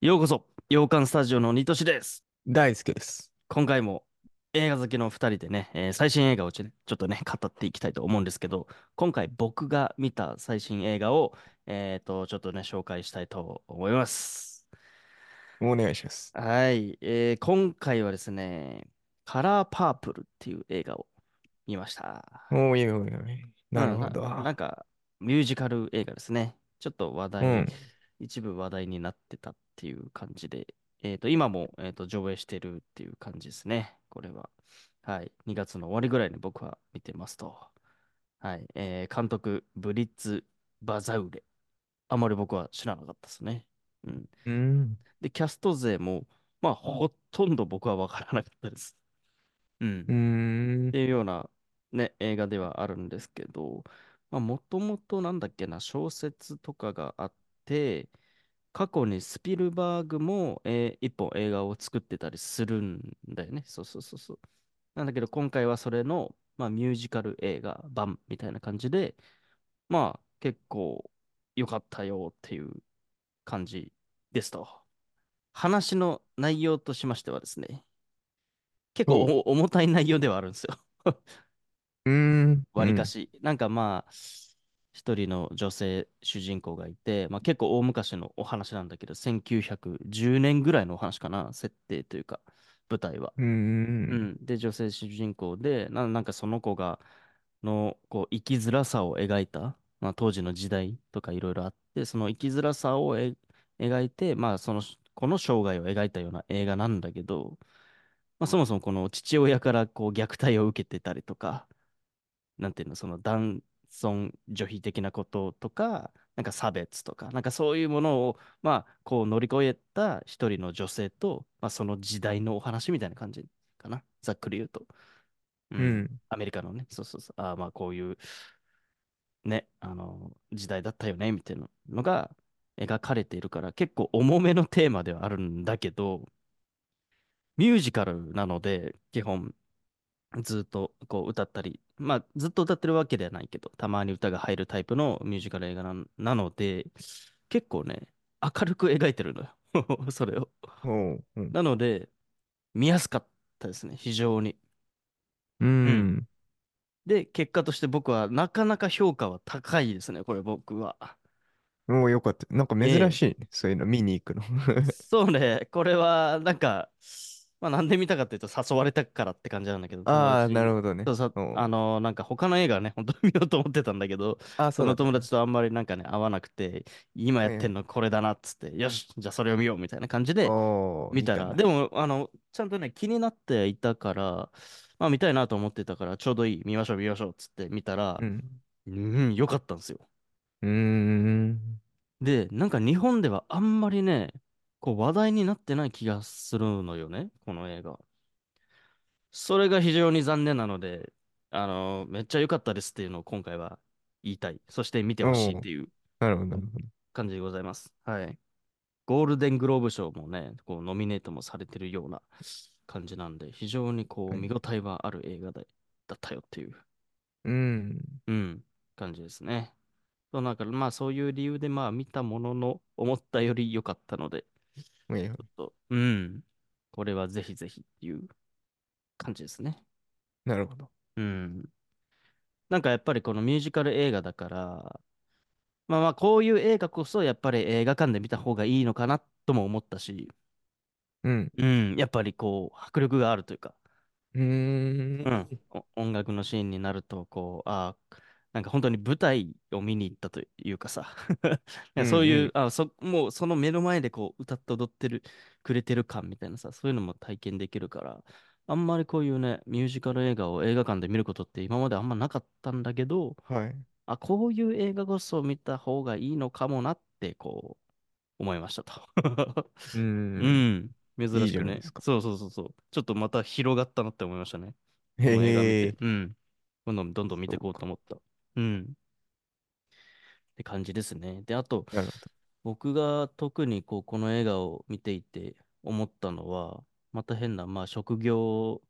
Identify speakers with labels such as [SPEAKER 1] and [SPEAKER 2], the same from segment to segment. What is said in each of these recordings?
[SPEAKER 1] ようこそ、洋館スタジオのニトシです。
[SPEAKER 2] 大好きです。
[SPEAKER 1] 今回も映画好きの2人でね、えー最新映画をちょちょっとね、語っていきたいと思うんですけど、今回僕が見た最新映画を、えーと、ちょっとね、紹介したいと思います。
[SPEAKER 2] お願いします。
[SPEAKER 1] はい、えー今回はですね、カラーパープルっていう映画を見ました。
[SPEAKER 2] おーいいよいいよいいよなるほど。
[SPEAKER 1] うんななんか、ミュージカル映画ですね。ちょっと話題、
[SPEAKER 2] うん
[SPEAKER 1] 一部話題になってたっていう感じで、えっと、今も、えーと上映してるっていう感じですね。これは。はい。2月の終わりぐらいに僕は見てますと。はい。えー監督、ブリッツ・バザウレ。あまり僕は知らなかったですね。うん。
[SPEAKER 2] うん。
[SPEAKER 1] で、キャスト勢も、まあ、ほとんど僕は分からなかったです。うん
[SPEAKER 2] う。ん
[SPEAKER 1] っていうような、ね、映画ではあるんですけど、まあ、もともとなんだっけな、小説とかがあって、過去にスピルバーグも、えー一本映画を作ってたりするんだよね。そうそうそうそう。なんだけど、今回はそれの、まあ、ミュージカル映画版みたいな感じで、まあ、結構良かったよっていう感じですと。話の内容としましてはですね、結構お重たい内容ではあるんですよ。
[SPEAKER 2] うん。
[SPEAKER 1] わりかし、なんかまあ、一人の女性主人公がいて、まあ、結構大昔のお話なんだけど、1910年ぐらいのお話かな、設定というか、舞台は。
[SPEAKER 2] うん。
[SPEAKER 1] う
[SPEAKER 2] うん。
[SPEAKER 1] ん、で、女性主人公で、な、なんかその子が、の、こう、生きづらさを描いた、まあ、当時の時代とかいろいろあって、その生きづらさをえ描いて、まあ、その、この生涯を描いたような映画なんだけど、まあ、そもそもこの父親からこう虐待を受けてたりとか、なんていうの、その男尊女卑的なこととか、なんか差別とか、なんかそういうものを、まあ、こう乗り越えた一人の女性と、まあ、その時代のお話みたいな感じかな。ざっくり言うと。う。
[SPEAKER 2] うんん。
[SPEAKER 1] アメリカのね、そうそうそう。ああ、まあこういう、ね、あの、時代だったよね、みたいなのが描かれているから、結構重めのテーマではあるんだけど、ミュージカルなので、基本、ずっとこう歌ったり、まあずっと歌ってるわけではないけど、たまに歌が入るタイプのミュージカル映画な、なので、結構ね、明るく描いてるのよ。 それを。
[SPEAKER 2] おううん。
[SPEAKER 1] なので、見やすかったですね、非常に。
[SPEAKER 2] うん。
[SPEAKER 1] で、結果として僕はなかなか評価は高いですね、これ僕 は。
[SPEAKER 2] おーよかった。なんか珍しいね。そういうの見に 行くの。
[SPEAKER 1] そうね、これはなんか、まあ、なんで見たかっていうと誘われたからって感じなんだけど、
[SPEAKER 2] あ
[SPEAKER 1] 友達
[SPEAKER 2] あ、
[SPEAKER 1] に
[SPEAKER 2] なるほどね
[SPEAKER 1] そう。さ
[SPEAKER 2] おう
[SPEAKER 1] あのなんか他の映画ね、本当に見ようと思ってたんだけど、
[SPEAKER 2] ああ、
[SPEAKER 1] そ
[SPEAKER 2] そう
[SPEAKER 1] の
[SPEAKER 2] だ。
[SPEAKER 1] 友達とあんまりなんかね、合わなくて、今やってんのこれだなっつって、よし、じゃあそれを見ようみたいな感じで、
[SPEAKER 2] おー
[SPEAKER 1] 見た
[SPEAKER 2] ん
[SPEAKER 1] ら、
[SPEAKER 2] だ
[SPEAKER 1] でも、あの、ちゃんとね、気になっていたから、まあ見たいなと思ってたから、ちょうどいい、見ましょう、見ましょうっつって見たら
[SPEAKER 2] う、ん。
[SPEAKER 1] うん、良かったんですよ。
[SPEAKER 2] うーん。
[SPEAKER 1] で、なんか日本ではあんまりね、こう話題になってない気がするのよね、この映画。それが非常に残念なので、あのめっちゃ良かったですっていうのを今回は言いたい。そして見てほしいっていう
[SPEAKER 2] なるほど。なる
[SPEAKER 1] 感じでございます。はい。ゴールデングローブ賞もね、こうノミネートもされてるような感じなんで、非常にこう
[SPEAKER 2] はい
[SPEAKER 1] 見応えはある映画だだったよっていう。
[SPEAKER 2] うん。
[SPEAKER 1] うん、感じですね。そう、なんか、まあ、そういう理由で、まあ、見たものの、思ったより良かったので、
[SPEAKER 2] いいよ
[SPEAKER 1] ちょっと、うん、これはぜひぜひっていう感じですね。
[SPEAKER 2] なるほど。
[SPEAKER 1] うん。なんか、やっぱりこのミュージカル映画だから、まあまあ、こういう映画こそ、やっぱり映画館で見た方がいいのかなとも思ったし、
[SPEAKER 2] うん。
[SPEAKER 1] うん、やっぱりこう、迫力があるというか、
[SPEAKER 2] うー。
[SPEAKER 1] うんん、お音楽のシーンになると、こう、ああ、なんか本当に舞台を見に行ったというかさ、 なんかそういうう、あそ、もうその目の前でこう歌って踊ってる、くれてる感みたいなさ、そういうのも体験できるから、あんまりこういうね、ミュージカル映画を映画館で見ることって今まであんまなかったんだけど、
[SPEAKER 2] はい。
[SPEAKER 1] あ、こういう映画こそ見た方がいいのかもなって、こう、思いましたと。
[SPEAKER 2] う。
[SPEAKER 1] うんん、珍
[SPEAKER 2] いい
[SPEAKER 1] し
[SPEAKER 2] じ
[SPEAKER 1] く
[SPEAKER 2] ゃな
[SPEAKER 1] ね
[SPEAKER 2] いです。か
[SPEAKER 1] そうそうそうそう。ちょっとまた広がったなって思いましたね。
[SPEAKER 2] へ
[SPEAKER 1] この映画見て
[SPEAKER 2] え。
[SPEAKER 1] うん。今度どんどん見ていこう
[SPEAKER 2] そう
[SPEAKER 1] と思った。うん。って感じですね。で、あと、
[SPEAKER 2] なるほ
[SPEAKER 1] 僕が特にこうこの映画を見ていて思ったのは、また変な、まあ職業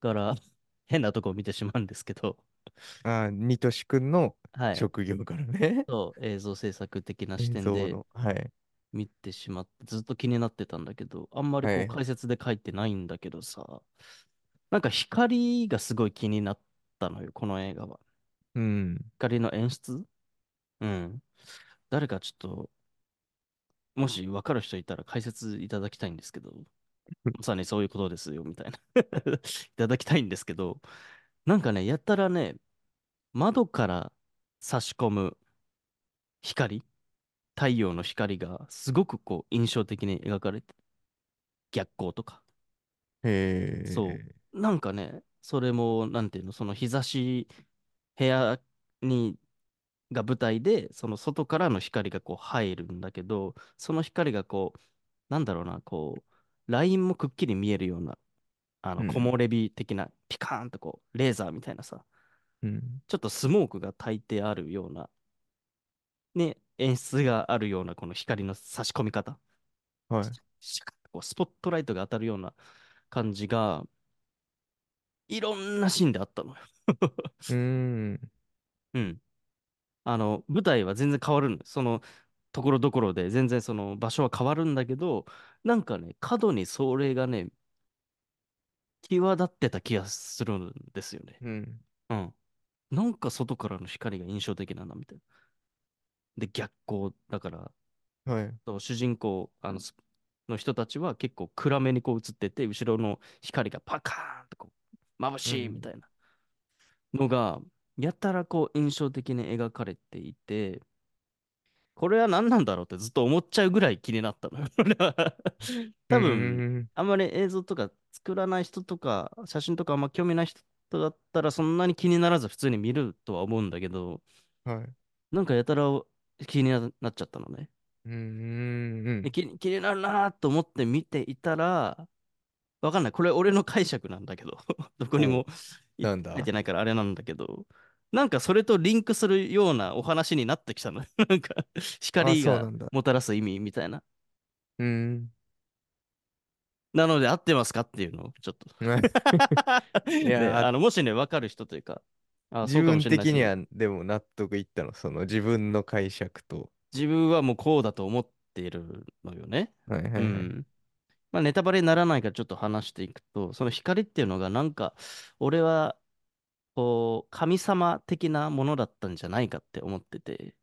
[SPEAKER 1] から 変なとこを見てしまうんですけど、
[SPEAKER 2] ど。ああ、ニトシ君の
[SPEAKER 1] はい。
[SPEAKER 2] 職業からね。
[SPEAKER 1] そう、映像制作的な視
[SPEAKER 2] 映
[SPEAKER 1] 点
[SPEAKER 2] 像
[SPEAKER 1] で、
[SPEAKER 2] の。はい。
[SPEAKER 1] 見てしまって、ずっと気になってたんだけど、あんまり
[SPEAKER 2] は
[SPEAKER 1] こう
[SPEAKER 2] い。
[SPEAKER 1] 解説で書いてないんだけどさ、なんか光がすごい気になったのよ、この映画は。
[SPEAKER 2] うん。
[SPEAKER 1] 光の演出うん。誰かちょっと、もし分かる人いたら解説いただきたいんです けど、まさにそういうことですよ、みたいな いただきたいんですけど、なんかね、やたらね、窓から差し込む光、太陽の光がすごくこう印象的に描かれて、逆光とか。そ
[SPEAKER 2] へえ。
[SPEAKER 1] う。なんかね、それも、なんていうの、その日差し、部屋に、が舞台で、その外からの光がこう入るんだけど、その光がこう、なんだろうな、こう、ラインもくっきり見えるような、あ
[SPEAKER 2] う
[SPEAKER 1] の、木
[SPEAKER 2] ん。
[SPEAKER 1] 漏れ日的な、ピカーンとこう、レーザーみたいなさ、
[SPEAKER 2] うん。
[SPEAKER 1] ちょっとスモークが焚いてあるような、ね、演出があるような、この光の差し込み方。
[SPEAKER 2] はい。
[SPEAKER 1] シャカッとこうスポットライトが当たるような感じが、いろんなシーンであったのよ。
[SPEAKER 2] うーん。
[SPEAKER 1] うん。あの、舞台は全然変わるの。その、ところどころで、全然その場所は変わるんだけど、なんかね、過度にそれがね、際立ってた気がするんですよね。
[SPEAKER 2] うん。
[SPEAKER 1] うん。なんか外からの光が印象的なんだみたいな。で、逆光だから、
[SPEAKER 2] はい。
[SPEAKER 1] そう主人公あの、すの人たちは結構暗めにこう映ってて、後ろの光がパカーンとこう、眩
[SPEAKER 2] う
[SPEAKER 1] しいみ
[SPEAKER 2] ん。
[SPEAKER 1] たいなのが、やたらこう印象的に描かれていて、これは何なんだろうってずっと思っちゃうぐらい気になったのよ。 俺は
[SPEAKER 2] う
[SPEAKER 1] 多分、
[SPEAKER 2] ーん。
[SPEAKER 1] あんまり映像とか作らない人とか、写真とかあんま興味ない人だったらそんなに気にならず普通に見るとは思うんだけど、
[SPEAKER 2] はい。
[SPEAKER 1] なんかやたら気になっちゃったのね。
[SPEAKER 2] うーん。う
[SPEAKER 1] で
[SPEAKER 2] ん
[SPEAKER 1] 気に、気 になるなーと思って見ていたら、わかんない。これ俺の解釈なんだけど、 どこに
[SPEAKER 2] おう。
[SPEAKER 1] もい
[SPEAKER 2] なん
[SPEAKER 1] 書いて
[SPEAKER 2] だ。
[SPEAKER 1] ないからあれなんだけど、なんかそれとリンクするようなお話になってきたの。 なんか
[SPEAKER 2] あ、
[SPEAKER 1] 光
[SPEAKER 2] そう
[SPEAKER 1] が
[SPEAKER 2] なんだ。
[SPEAKER 1] もたらす意味みたいな。
[SPEAKER 2] うー ん。
[SPEAKER 1] なので合ってますかっていうのをちょっと
[SPEAKER 2] い
[SPEAKER 1] ね、
[SPEAKER 2] や
[SPEAKER 1] あ
[SPEAKER 2] ー、
[SPEAKER 1] の、もしね、わかる人というか、あ、そ
[SPEAKER 2] 自
[SPEAKER 1] うかも
[SPEAKER 2] 分
[SPEAKER 1] しれない
[SPEAKER 2] 的
[SPEAKER 1] し、
[SPEAKER 2] にはでも納得いったの。その自分の解釈と。
[SPEAKER 1] 自分はもうこうだと思っているのよね。
[SPEAKER 2] はいは
[SPEAKER 1] う
[SPEAKER 2] いはい。
[SPEAKER 1] ん。まあ、ネタバレにならないからちょっと話していくと、その光っていうのがなんか、俺は、こう、神様的なものだったんじゃないかって思ってて、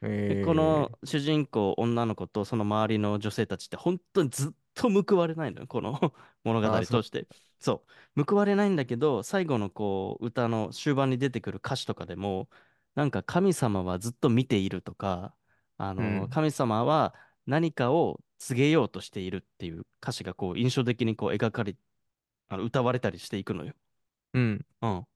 [SPEAKER 1] で、こ
[SPEAKER 2] え
[SPEAKER 1] の主人公、女の子とその周りの女性たちって本当にずっと報われないのよ、この 物
[SPEAKER 2] ー、
[SPEAKER 1] 語
[SPEAKER 2] あ、そ
[SPEAKER 1] 通
[SPEAKER 2] う。
[SPEAKER 1] して。そう、報われないんだけど、最後のこう、歌の終盤に出てくる歌詞とかでも、なんか神様はずっと見ているとか、あ
[SPEAKER 2] う
[SPEAKER 1] の、
[SPEAKER 2] ん。
[SPEAKER 1] 神様は何かを告げようとしているっていう歌詞がこう、印象的にこう描かれ、あの歌われたりしていくのよ。
[SPEAKER 2] うん。
[SPEAKER 1] うん。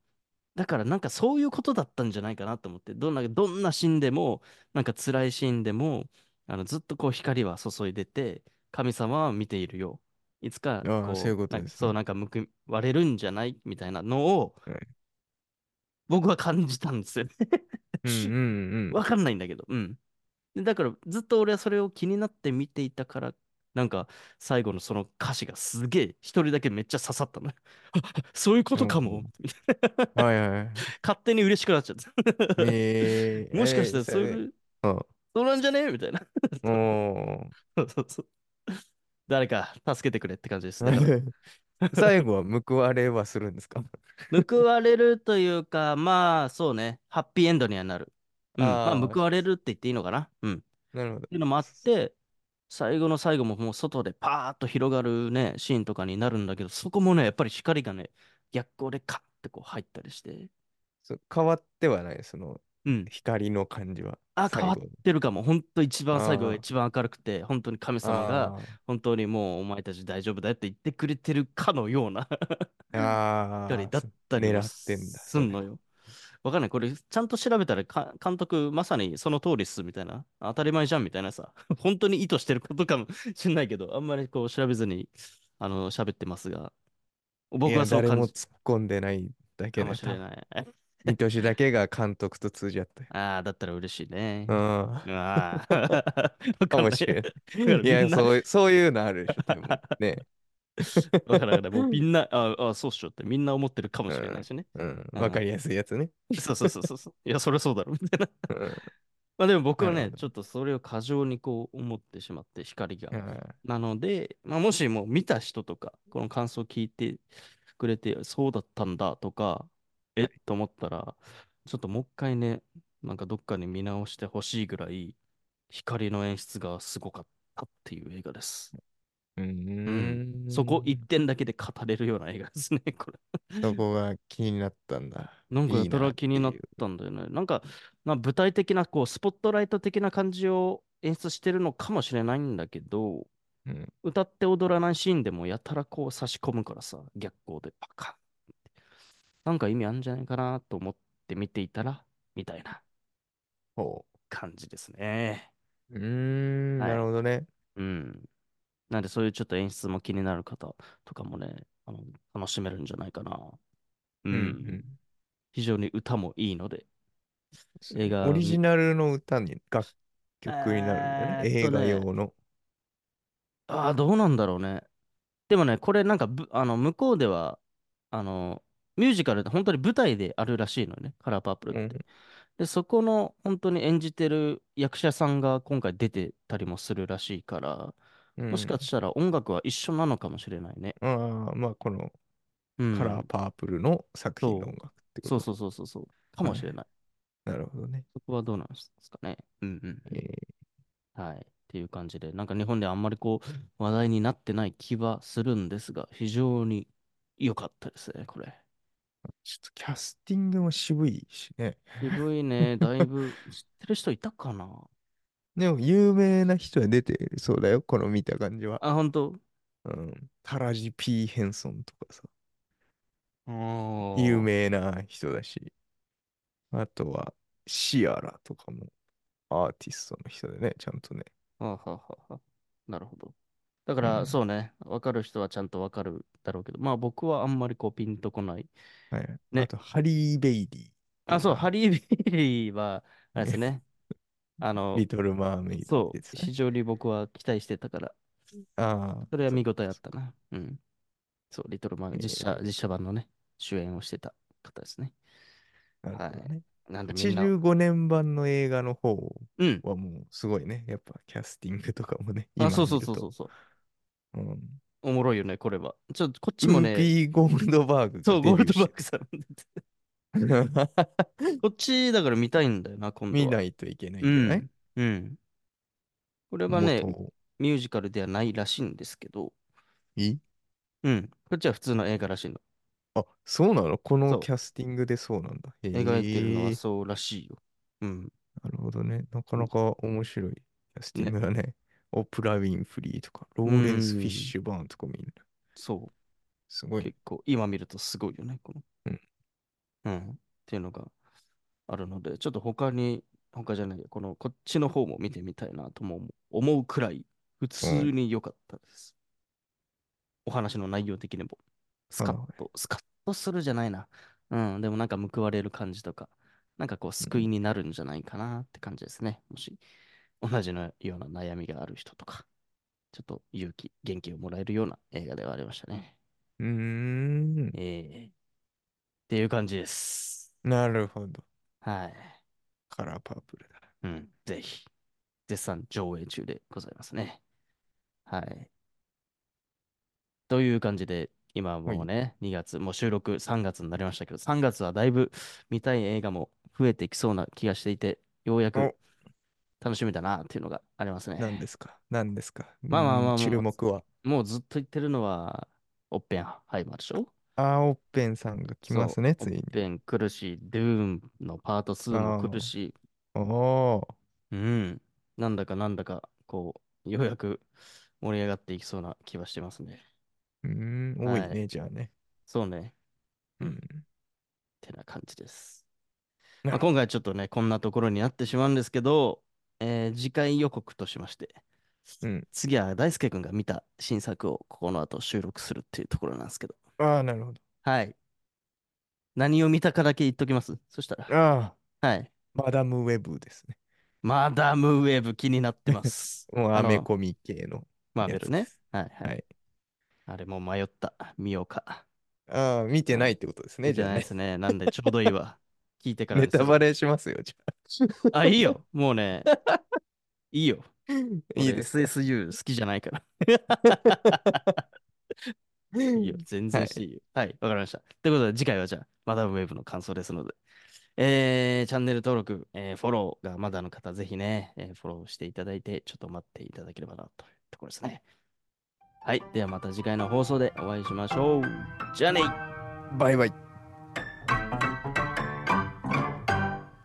[SPEAKER 1] だからなんかそういうことだったんじゃないかなと思って、どんな、どんなシーンでも、なんか辛いシーンでも、あのずっとこう光は注いでて、神様は見ているよ。いつか
[SPEAKER 2] ああ、そうい
[SPEAKER 1] こう、
[SPEAKER 2] うこ
[SPEAKER 1] な
[SPEAKER 2] と
[SPEAKER 1] んか
[SPEAKER 2] です
[SPEAKER 1] そう
[SPEAKER 2] ね。
[SPEAKER 1] なんか報われるんじゃないみたいなのを
[SPEAKER 2] はい。
[SPEAKER 1] 僕は感じたんですよ ね。
[SPEAKER 2] うんうんう
[SPEAKER 1] わ
[SPEAKER 2] ん。
[SPEAKER 1] かんないんだけど。うん。で、だからずっと俺はそれを気になって見ていたから、なんか最後のその歌詞がすげえ一人だけめっちゃ刺さったのよ。 あそういうこ
[SPEAKER 2] う
[SPEAKER 1] とかも。
[SPEAKER 2] んはいはいはい。
[SPEAKER 1] 勝手に嬉しくなっちゃった。
[SPEAKER 2] え ー、
[SPEAKER 1] もしかし
[SPEAKER 2] えー、
[SPEAKER 1] たら
[SPEAKER 2] そ
[SPEAKER 1] そう
[SPEAKER 2] れ、
[SPEAKER 1] いう、
[SPEAKER 2] うん。
[SPEAKER 1] そうなんじゃねえみたいな。そう そ
[SPEAKER 2] お
[SPEAKER 1] うそうそう。誰か助けてくれって感じです。だから。
[SPEAKER 2] ー 最後は報われはするんですか
[SPEAKER 1] 報われるというか、まあそうね、ハッピーエンドにはなる。うん。まあ
[SPEAKER 2] ああ、
[SPEAKER 1] 報われるって言っていいのかな。うん。っ
[SPEAKER 2] なるほど。
[SPEAKER 1] ていうのもあって、最後の最後ももう外でパーッと広がるね、シーンとかになるんだけど、そこもね、やっぱり光がね、逆光でカッてこう入ったりして。
[SPEAKER 2] そ変わってはない、その
[SPEAKER 1] うん。
[SPEAKER 2] 光の感じは、
[SPEAKER 1] あ、変
[SPEAKER 2] 最
[SPEAKER 1] わっ
[SPEAKER 2] 後。
[SPEAKER 1] てるかも。本当一番最後が
[SPEAKER 2] あ
[SPEAKER 1] 一番明るくて、本当に神
[SPEAKER 2] あ、
[SPEAKER 1] 様が、
[SPEAKER 2] あ
[SPEAKER 1] 本当にもうお前たち大丈夫だよって言ってくれてるかのような
[SPEAKER 2] あ、
[SPEAKER 1] 光
[SPEAKER 2] ああ、
[SPEAKER 1] だ
[SPEAKER 2] そ
[SPEAKER 1] ったりも
[SPEAKER 2] 狙ってんだ、
[SPEAKER 1] す
[SPEAKER 2] そ
[SPEAKER 1] ん
[SPEAKER 2] れ。
[SPEAKER 1] のよ。わかんない。これ、ちゃんと調べたらか、監督、まさにその通りっす、みたいな。当たり前じゃん、みたいなさ。 本当に意図してることかもしんないけど、あんまりこう調べずに、あの、喋ってますが、
[SPEAKER 2] い
[SPEAKER 1] 僕は
[SPEAKER 2] や、
[SPEAKER 1] そう
[SPEAKER 2] 誰
[SPEAKER 1] 感
[SPEAKER 2] も
[SPEAKER 1] じ、
[SPEAKER 2] 突っ込んでないだけ
[SPEAKER 1] かも
[SPEAKER 2] ね、
[SPEAKER 1] し
[SPEAKER 2] 多
[SPEAKER 1] れ
[SPEAKER 2] 分。
[SPEAKER 1] ない。
[SPEAKER 2] 見通しだけが監督と通じ合ったよ。
[SPEAKER 1] ああ、だったら嬉しいね。
[SPEAKER 2] あ
[SPEAKER 1] う
[SPEAKER 2] あ。
[SPEAKER 1] わあ、わ
[SPEAKER 2] か
[SPEAKER 1] かん
[SPEAKER 2] も
[SPEAKER 1] ない。
[SPEAKER 2] しれ
[SPEAKER 1] だか
[SPEAKER 2] な い。
[SPEAKER 1] ら
[SPEAKER 2] い
[SPEAKER 1] みん
[SPEAKER 2] や、
[SPEAKER 1] な
[SPEAKER 2] そう、そういうのあるでしょ、多分。ね。
[SPEAKER 1] わからないもうみんな、ああ、そうっしょってみんな思ってるかも
[SPEAKER 2] う
[SPEAKER 1] しれない
[SPEAKER 2] ん。
[SPEAKER 1] しね。
[SPEAKER 2] うん。
[SPEAKER 1] う
[SPEAKER 2] わか
[SPEAKER 1] ん。
[SPEAKER 2] りやすいやつね。
[SPEAKER 1] そうそうそうそうそう。いや、そりゃそうだろ、みたいな。
[SPEAKER 2] うん。
[SPEAKER 1] まあでも僕
[SPEAKER 2] な
[SPEAKER 1] は
[SPEAKER 2] るほ
[SPEAKER 1] ね、
[SPEAKER 2] ど。
[SPEAKER 1] ちょっとそれを過剰にこう思ってしまって、光が。
[SPEAKER 2] うん
[SPEAKER 1] なので、まあ、もしもう見た人とか、この感想を聞いてくれて、そうだったんだとか、えっと思ったら、ちょっともう一回ね、なんかどっかに見直してほしいぐらい、光の演出がすごかったっていう映画です。
[SPEAKER 2] うー
[SPEAKER 1] うん。そこ一
[SPEAKER 2] ん。
[SPEAKER 1] 点だけで語れるような映画ですね、これ。
[SPEAKER 2] そこが気になったんだ。
[SPEAKER 1] なんか
[SPEAKER 2] い
[SPEAKER 1] や
[SPEAKER 2] い
[SPEAKER 1] た
[SPEAKER 2] な
[SPEAKER 1] ら
[SPEAKER 2] っ
[SPEAKER 1] 気
[SPEAKER 2] て
[SPEAKER 1] になっ
[SPEAKER 2] いう。
[SPEAKER 1] たんだよね。なんか、まあ、舞台的な、こう、スポットライト的な感じを演出してるのかもしれないんだけど、
[SPEAKER 2] うん。
[SPEAKER 1] 歌って踊らないシーンでもやたらこう差し込むからさ、逆光でパカン。なんか意味あるんじゃないかなと思って見ていたら、みたいな
[SPEAKER 2] ほ
[SPEAKER 1] 感じですね。
[SPEAKER 2] う。うーん、
[SPEAKER 1] は。
[SPEAKER 2] ないるほどね。
[SPEAKER 1] うん。なんでそういうちょっと演出も気になる方とかもね、あの、楽しめるんじゃないかな。う。
[SPEAKER 2] うん、うんん。
[SPEAKER 1] 非常に歌もいいので、
[SPEAKER 2] そ
[SPEAKER 1] 映
[SPEAKER 2] れオ
[SPEAKER 1] 画
[SPEAKER 2] リジ
[SPEAKER 1] 見、
[SPEAKER 2] ナルの歌に、楽曲になるんだよね。
[SPEAKER 1] えーっ
[SPEAKER 2] 映
[SPEAKER 1] と
[SPEAKER 2] 画
[SPEAKER 1] ね、
[SPEAKER 2] 用の。
[SPEAKER 1] ああ、どうなんだろうね。でもね、これなんかぶ、あの、向こうでは、あの、ミュージカルって本当に舞台であるらしいのね、カラーパープルっ
[SPEAKER 2] う
[SPEAKER 1] て。
[SPEAKER 2] ん。
[SPEAKER 1] で、そこの本当に演じてる役者さんが今回出てたりもするらしいから、
[SPEAKER 2] う
[SPEAKER 1] もしかし
[SPEAKER 2] ん。
[SPEAKER 1] たら音楽は一緒なのかもしれないね。
[SPEAKER 2] ああ、まあ、この
[SPEAKER 1] う
[SPEAKER 2] カラー
[SPEAKER 1] ん。
[SPEAKER 2] パープルの作品の
[SPEAKER 1] そ
[SPEAKER 2] 音楽っ
[SPEAKER 1] う。
[SPEAKER 2] てこ
[SPEAKER 1] そう
[SPEAKER 2] と。
[SPEAKER 1] そうそうそうそう。かも
[SPEAKER 2] は
[SPEAKER 1] しれ
[SPEAKER 2] い。
[SPEAKER 1] ない。
[SPEAKER 2] なるほどね。
[SPEAKER 1] そこはどうなんですかね。うんうん
[SPEAKER 2] え
[SPEAKER 1] うん。
[SPEAKER 2] ー
[SPEAKER 1] はい。っていう感じで、なんか日本であんまりこう話題になってない気はするんですが、非常に良かったですね、これ。
[SPEAKER 2] ちょっとキャスティングも渋いしね。
[SPEAKER 1] 渋いね。だいぶ知ってる人いたかな
[SPEAKER 2] でも、有名な人は出てそうだよ。この見た感じは。
[SPEAKER 1] あ、本当。
[SPEAKER 2] うん。タラジ・ P・ヘンソンとかさ。有
[SPEAKER 1] おー。
[SPEAKER 2] 名な人だし。あとは、シアラとかもアーティストの人でね、ちゃんとね。
[SPEAKER 1] はあはあはあはあなるほど。だか
[SPEAKER 2] う
[SPEAKER 1] ら、
[SPEAKER 2] ん。
[SPEAKER 1] そうね、わかる人はちゃんとわかるだろうけど、まあ僕はあんまりこうピンとこない。
[SPEAKER 2] はい。あ
[SPEAKER 1] ね。
[SPEAKER 2] と、ハリー・ベイディって
[SPEAKER 1] あ、
[SPEAKER 2] いう
[SPEAKER 1] そう、
[SPEAKER 2] の
[SPEAKER 1] ハ
[SPEAKER 2] も、
[SPEAKER 1] リー・ベイリーは、あれです
[SPEAKER 2] ね、
[SPEAKER 1] ね。あの、
[SPEAKER 2] リトル・マーメイド
[SPEAKER 1] そ
[SPEAKER 2] で
[SPEAKER 1] う、
[SPEAKER 2] す
[SPEAKER 1] 非
[SPEAKER 2] ね。
[SPEAKER 1] 常に僕は期待してたから、
[SPEAKER 2] ああ、
[SPEAKER 1] それは
[SPEAKER 2] そっ
[SPEAKER 1] 見
[SPEAKER 2] か
[SPEAKER 1] 事や
[SPEAKER 2] そ
[SPEAKER 1] っ
[SPEAKER 2] った
[SPEAKER 1] な。うん。そう、リトルマン、
[SPEAKER 2] か。え
[SPEAKER 1] 実写、
[SPEAKER 2] ー、
[SPEAKER 1] 実写版のね、主演をしてた方ですね。
[SPEAKER 2] なる
[SPEAKER 1] は
[SPEAKER 2] ほど
[SPEAKER 1] い。
[SPEAKER 2] ね。
[SPEAKER 1] なんでみんな、
[SPEAKER 2] 85年版の映画の方
[SPEAKER 1] うん。
[SPEAKER 2] はもうすごいね。やっぱキャスティングとかもね、
[SPEAKER 1] あ、
[SPEAKER 2] 今
[SPEAKER 1] そうそ
[SPEAKER 2] 見
[SPEAKER 1] う
[SPEAKER 2] る
[SPEAKER 1] そうそう
[SPEAKER 2] と。
[SPEAKER 1] そう。
[SPEAKER 2] うん。
[SPEAKER 1] おもろいよね、これは。ちょっと、こっちも
[SPEAKER 2] ウー
[SPEAKER 1] ね、
[SPEAKER 2] ピー・ゴールドバーグが
[SPEAKER 1] そう、ゴ
[SPEAKER 2] デ
[SPEAKER 1] ール
[SPEAKER 2] ビ
[SPEAKER 1] ド
[SPEAKER 2] ューし
[SPEAKER 1] バッ
[SPEAKER 2] て
[SPEAKER 1] クさん。
[SPEAKER 2] る。
[SPEAKER 1] こっちだから 見たいんだよな、今度
[SPEAKER 2] 見
[SPEAKER 1] は。
[SPEAKER 2] ないといけな
[SPEAKER 1] う
[SPEAKER 2] いんじゃない
[SPEAKER 1] ん。うん。これはね、
[SPEAKER 2] 元を。
[SPEAKER 1] ミュージカルではないらしいんですけど、
[SPEAKER 2] いい
[SPEAKER 1] うん。こっちは普通の映画らしいの。
[SPEAKER 2] あ、そうなのこの
[SPEAKER 1] そ
[SPEAKER 2] キャスティングでそうなんだ。へ
[SPEAKER 1] う。描いてるのは
[SPEAKER 2] え。
[SPEAKER 1] そうらしいよ。うん。
[SPEAKER 2] なるほどね。なかなか面白いキャスティン
[SPEAKER 1] ね。
[SPEAKER 2] グだね。オプラ・ウィンフリーとか、ロ
[SPEAKER 1] う
[SPEAKER 2] ーレンス・フィッ
[SPEAKER 1] ん。
[SPEAKER 2] シュバーンとか見る。
[SPEAKER 1] そう。
[SPEAKER 2] すごいね。
[SPEAKER 1] 結構、今見るとすごいよね、この。
[SPEAKER 2] うん。
[SPEAKER 1] うん。っていうのがあるので、ちょっと他に、他じゃないや、この、こっちの方も見てみたいなとも思う思うくらい、普
[SPEAKER 2] う
[SPEAKER 1] 通
[SPEAKER 2] ん。
[SPEAKER 1] に良かったです。お話の内容的にも。スカッ
[SPEAKER 2] は
[SPEAKER 1] と、スカッとするじゃないな。うん、でもなんか報われる感じとか、なんかこう
[SPEAKER 2] い。う
[SPEAKER 1] 救い
[SPEAKER 2] ん
[SPEAKER 1] になるんじゃないかなって感じですね。もし、同じのような悩みがある人とか、ちょっと勇気、元気をもらえるような映画ではありましたね。
[SPEAKER 2] うーん。
[SPEAKER 1] えー、っていう感じです。
[SPEAKER 2] なるほど。
[SPEAKER 1] はい。
[SPEAKER 2] カラーパープルだ。
[SPEAKER 1] うん、ぜひ、絶賛上映中でございますね。はい。という感じで、今は
[SPEAKER 2] は
[SPEAKER 1] もう
[SPEAKER 2] い。
[SPEAKER 1] ね、2月、もう収録3月になりましたけど、3月はだいぶ見たい映画も増えてきそうな気がしていて、ようやく
[SPEAKER 2] お、
[SPEAKER 1] 楽しみだなっていうのがあります
[SPEAKER 2] 何で
[SPEAKER 1] ね。
[SPEAKER 2] すか何ですかうー
[SPEAKER 1] まあまあ
[SPEAKER 2] ん、
[SPEAKER 1] まあ、も
[SPEAKER 2] 注
[SPEAKER 1] うず、
[SPEAKER 2] 目は。
[SPEAKER 1] もうずっと言ってるのは、オッペンハイマーでしょ
[SPEAKER 2] あー、オッペンさんが来ま
[SPEAKER 1] そ
[SPEAKER 2] すね、
[SPEAKER 1] う、オッ
[SPEAKER 2] ついに。
[SPEAKER 1] ペン来るし、ドゥーンのパート2も来る
[SPEAKER 2] あ
[SPEAKER 1] し、
[SPEAKER 2] あ、お
[SPEAKER 1] う
[SPEAKER 2] ー。
[SPEAKER 1] ん、なんだかなんだか、こう、ようやく盛り上がっていきそうな気はしてますね。
[SPEAKER 2] うーん、多い
[SPEAKER 1] はい。
[SPEAKER 2] ね、じゃあね。
[SPEAKER 1] そうね。う。
[SPEAKER 2] うん
[SPEAKER 1] っ
[SPEAKER 2] ん。
[SPEAKER 1] てな感じです。
[SPEAKER 2] な
[SPEAKER 1] まあ、
[SPEAKER 2] るほ
[SPEAKER 1] 今
[SPEAKER 2] ど。
[SPEAKER 1] 回ちょっとね、こんなところになってしまうんですけど、えー次回予告としまして、
[SPEAKER 2] うん。
[SPEAKER 1] 次は大輔くんが見た新作をここの後収録するっていうところなんですけど、
[SPEAKER 2] ああ、なるほど。
[SPEAKER 1] はい。何を見たかだけ言っときます。そしたら、
[SPEAKER 2] ああ、
[SPEAKER 1] はい。
[SPEAKER 2] マダムウェブですね。
[SPEAKER 1] マダムウェブ気になってます。
[SPEAKER 2] もう
[SPEAKER 1] あ
[SPEAKER 2] アメ
[SPEAKER 1] の、
[SPEAKER 2] コミ系の
[SPEAKER 1] マー
[SPEAKER 2] や
[SPEAKER 1] ベル
[SPEAKER 2] つで
[SPEAKER 1] ね。
[SPEAKER 2] す。
[SPEAKER 1] はいは。
[SPEAKER 2] はいい。
[SPEAKER 1] あれも迷った。見ようか。
[SPEAKER 2] ああ、見て
[SPEAKER 1] う。
[SPEAKER 2] なんいってことです
[SPEAKER 1] 見
[SPEAKER 2] ね、
[SPEAKER 1] て
[SPEAKER 2] じゃあ
[SPEAKER 1] ないです
[SPEAKER 2] ね。
[SPEAKER 1] ね。なんでちょうどいいわ。聞いてから
[SPEAKER 2] ネ
[SPEAKER 1] です
[SPEAKER 2] タ
[SPEAKER 1] けど。
[SPEAKER 2] バレしますよ、じ
[SPEAKER 1] あ、いいよ。もうね、いいよ。
[SPEAKER 2] ゃあ。いい
[SPEAKER 1] 俺
[SPEAKER 2] ですか
[SPEAKER 1] SSU 好きじゃないから。いいよ。全
[SPEAKER 2] は
[SPEAKER 1] 然して
[SPEAKER 2] い。
[SPEAKER 1] いいよ。はい、わかりました。ということで、次回はじゃあ、マダムウェーブの感想ですので、えー、チャンネル登録、えー、フォローがまだの方、ぜひね、えーフォローしていただいて、ちょっと待っていただければなというところですね。はい、ではまた次回の放送でお会いしましょう。じゃあね
[SPEAKER 2] バイバイ。